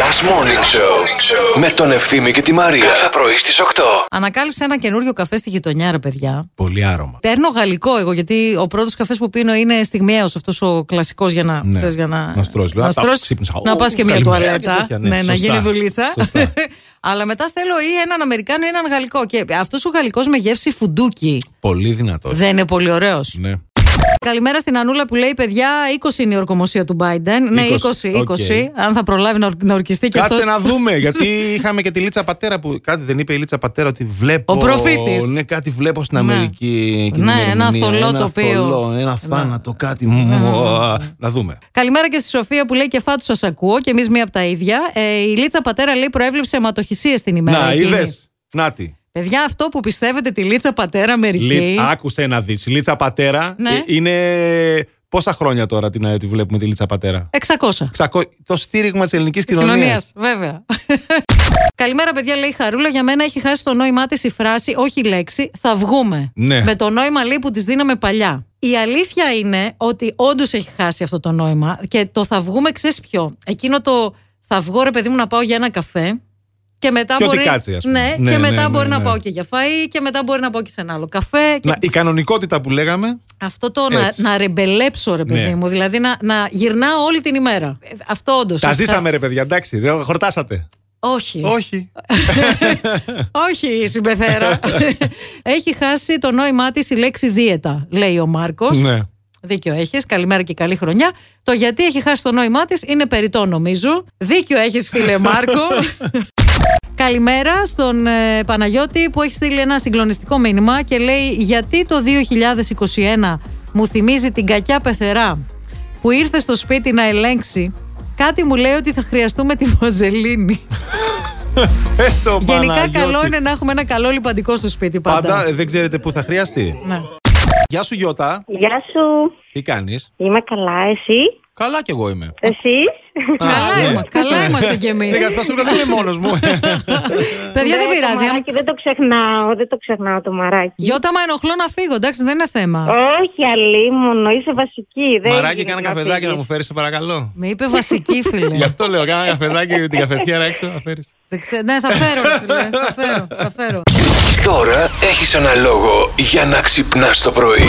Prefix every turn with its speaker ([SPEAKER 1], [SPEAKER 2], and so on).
[SPEAKER 1] Last Morning Show με τον Ευθύμη και τη Μαρία. Κάθε πρωί στις 8.
[SPEAKER 2] Ανακάλυψα ένα καινούριο καφέ στη γειτονιά, ρε παιδιά.
[SPEAKER 3] Πολύ άρωμα.
[SPEAKER 2] Παίρνω γαλλικό εγώ, γιατί ο πρώτος καφές που πίνω είναι στιγμιαίος αυτός ο κλασικός για να.
[SPEAKER 3] Ναι.
[SPEAKER 2] ξέρεις, για να
[SPEAKER 3] Να στρώσεις λίγο.
[SPEAKER 2] να,
[SPEAKER 3] Α, τα
[SPEAKER 2] στρώσεις,
[SPEAKER 3] ξύπνησα.
[SPEAKER 2] να
[SPEAKER 3] Ω,
[SPEAKER 2] πας και μία
[SPEAKER 3] καλημέρα και
[SPEAKER 2] τουαλέτα.
[SPEAKER 3] τέτοια, ναι.
[SPEAKER 2] να
[SPEAKER 3] Σωστά.
[SPEAKER 2] γίνει δουλίτσα.
[SPEAKER 3] Σωστά.
[SPEAKER 2] Αλλά μετά θέλω ή έναν Αμερικάνο ή έναν γαλλικό. Και αυτός ο γαλλικός με γεύση φουντούκι
[SPEAKER 3] Πολύ δυνατός.
[SPEAKER 2] δεν είναι πολύ ωραίος.
[SPEAKER 3] Ναι.
[SPEAKER 2] Καλημέρα στην Ανούλα που λέει: Παιδιά, 20 είναι η ορκομοσία του Biden. Ναι, 20,
[SPEAKER 3] 20,
[SPEAKER 2] 20. Αν θα προλάβει να, ορ- να ορκιστεί και
[SPEAKER 3] Κάτσε
[SPEAKER 2] αυτός.
[SPEAKER 3] να δούμε, γιατί είχαμε και τη Λίτσα Πατέρα που κάτι δεν είπε η Λίτσα Πατέρα ότι βλέπω.
[SPEAKER 2] Ο προφήτης.
[SPEAKER 3] Ναι, κάτι βλέπω στην
[SPEAKER 2] Ναι.
[SPEAKER 3] Αμερική. και
[SPEAKER 2] Ναι,
[SPEAKER 3] την
[SPEAKER 2] ένα
[SPEAKER 3] ερμηνεία.
[SPEAKER 2] θολό Ναι.
[SPEAKER 3] ένα
[SPEAKER 2] τοπίο.
[SPEAKER 3] θολό, ένα θάνατο, κάτι.
[SPEAKER 2] Ναι.
[SPEAKER 3] Μουα. Να δούμε.
[SPEAKER 2] Καλημέρα και στη Σοφία που λέει και φάτου σας ακούω και εμείς μία από τα ίδια. Ε, η Λίτσα Πατέρα λέει προέβλεψε αιματοχυσίες την ημέρα.
[SPEAKER 3] Να,
[SPEAKER 2] εκείνη.
[SPEAKER 3] είδες. Να τη.
[SPEAKER 2] Παιδιά, αυτό που πιστεύετε τη Λίτσα Πατέρα μερικοί.
[SPEAKER 3] Λίτσα- Άκουσε να δεις. Λίτσα Πατέρα
[SPEAKER 2] Ναι.
[SPEAKER 3] ε, είναι. Πόσα χρόνια τώρα την, ε, τη βλέπουμε τη Λίτσα Πατέρα.
[SPEAKER 2] 600.
[SPEAKER 3] 600 Το στήριγμα της ελληνικής κοινωνίας.
[SPEAKER 2] Κοινωνίας, βέβαια. Καλημέρα, παιδιά, λέει η Χαρούλα. Για μένα έχει χάσει το νόημά της η φράση, όχι η λέξη, θα βγούμε.
[SPEAKER 3] Ναι.
[SPEAKER 2] Με το νόημα λέει που της δίναμε παλιά. Η αλήθεια είναι ότι όντως έχει χάσει αυτό το νόημα και το θα βγούμε, ξέρεις ποιο. Εκείνο το θα βγω, ρε παιδί μου, να πάω για ένα καφέ. Και μετά
[SPEAKER 3] Και ό,τι
[SPEAKER 2] μπορεί,
[SPEAKER 3] κάτσει, ας πούμε.
[SPEAKER 2] Ναι,
[SPEAKER 3] Ναι,
[SPEAKER 2] και
[SPEAKER 3] ναι,
[SPEAKER 2] μετά
[SPEAKER 3] ναι,
[SPEAKER 2] μπορεί
[SPEAKER 3] ναι,
[SPEAKER 2] να
[SPEAKER 3] ναι.
[SPEAKER 2] πάω και για φαΐ και μετά μπορεί να πάω και σε ένα άλλο καφέ. Και
[SPEAKER 3] Να, η κανονικότητα που λέγαμε.
[SPEAKER 2] Αυτό το να,
[SPEAKER 3] Έτσι.
[SPEAKER 2] να ρεμπελέψω, ρε παιδί
[SPEAKER 3] Ναι.
[SPEAKER 2] μου. Δηλαδή να, να γυρνάω όλη την ημέρα. Ε, Αυτό όντως.
[SPEAKER 3] Τα ζήσαμε, ρε παιδιά, εντάξει. Δεν χορτάσατε.
[SPEAKER 2] Όχι.
[SPEAKER 3] Όχι.
[SPEAKER 2] Όχι, συμπεθέρα. έχει χάσει το νόημά της η λέξη δίαιτα, λέει ο Μάρκος.
[SPEAKER 3] Ναι.
[SPEAKER 2] Δίκιο έχεις. Καλημέρα και καλή χρονιά. Το γιατί έχει χάσει το νόημά της είναι περιττό, νομίζω. Δίκιο έχεις, φίλε Μάρκο. Καλημέρα στον ε, Παναγιώτη που έχει στείλει ένα συγκλονιστικό μήνυμα και λέει γιατί το 2021 μου θυμίζει την κακιά πεθερά που ήρθε στο σπίτι να ελέγξει κάτι μου λέει ότι θα χρειαστούμε τη βαζελίνη.
[SPEAKER 3] Ε, το
[SPEAKER 2] Γενικά
[SPEAKER 3] Παναγιώτη.
[SPEAKER 2] καλό είναι να έχουμε ένα καλό λιπαντικό στο σπίτι πάντα.
[SPEAKER 3] Πάντα ε, δεν ξέρετε πού θα χρειαστεί.
[SPEAKER 2] Ναι.
[SPEAKER 3] Γεια σου, Γιώτα.
[SPEAKER 4] Γεια σου.
[SPEAKER 3] Τι κάνεις.
[SPEAKER 4] Είμαι καλά, εσύ.
[SPEAKER 3] Καλά κι εγώ είμαι.
[SPEAKER 4] Εσύ.
[SPEAKER 2] Καλά,
[SPEAKER 3] ναι.
[SPEAKER 2] είμα- καλά είμαστε κι εμείς.
[SPEAKER 3] Δεν θα σου λέω, δεν είμαι μόνος μου.
[SPEAKER 2] Παιδιά δεν
[SPEAKER 4] Ναι,
[SPEAKER 2] πειράζει.
[SPEAKER 4] Το
[SPEAKER 2] αν-
[SPEAKER 4] μαράκι δεν το ξεχνάω, δεν το ξεχνάω το μαράκι.
[SPEAKER 2] Γιώτα, μα ενοχλώ να φύγω, εντάξει, δεν είναι θέμα.
[SPEAKER 4] Όχι, αλίμονο, είσαι βασική. Δεν
[SPEAKER 3] Μαράκι,
[SPEAKER 4] γίνεται
[SPEAKER 3] κάνα καφεδάκι
[SPEAKER 4] φύγεις.
[SPEAKER 3] να μου φέρεις, σε παρακαλώ.
[SPEAKER 2] Με είπε βασική,
[SPEAKER 3] Γι'
[SPEAKER 2] φίλε.
[SPEAKER 3] αυτό λέω, κάνα καφεδάκι την καφετιέρα έξω να φέρεις.
[SPEAKER 2] Δεν ξέ- Ναι, θα φέρω, ρε φίλε. Θα φέρω, θα φέρω.
[SPEAKER 1] Τώρα έχεις ένα λόγο για να ξυπνάς το πρωί.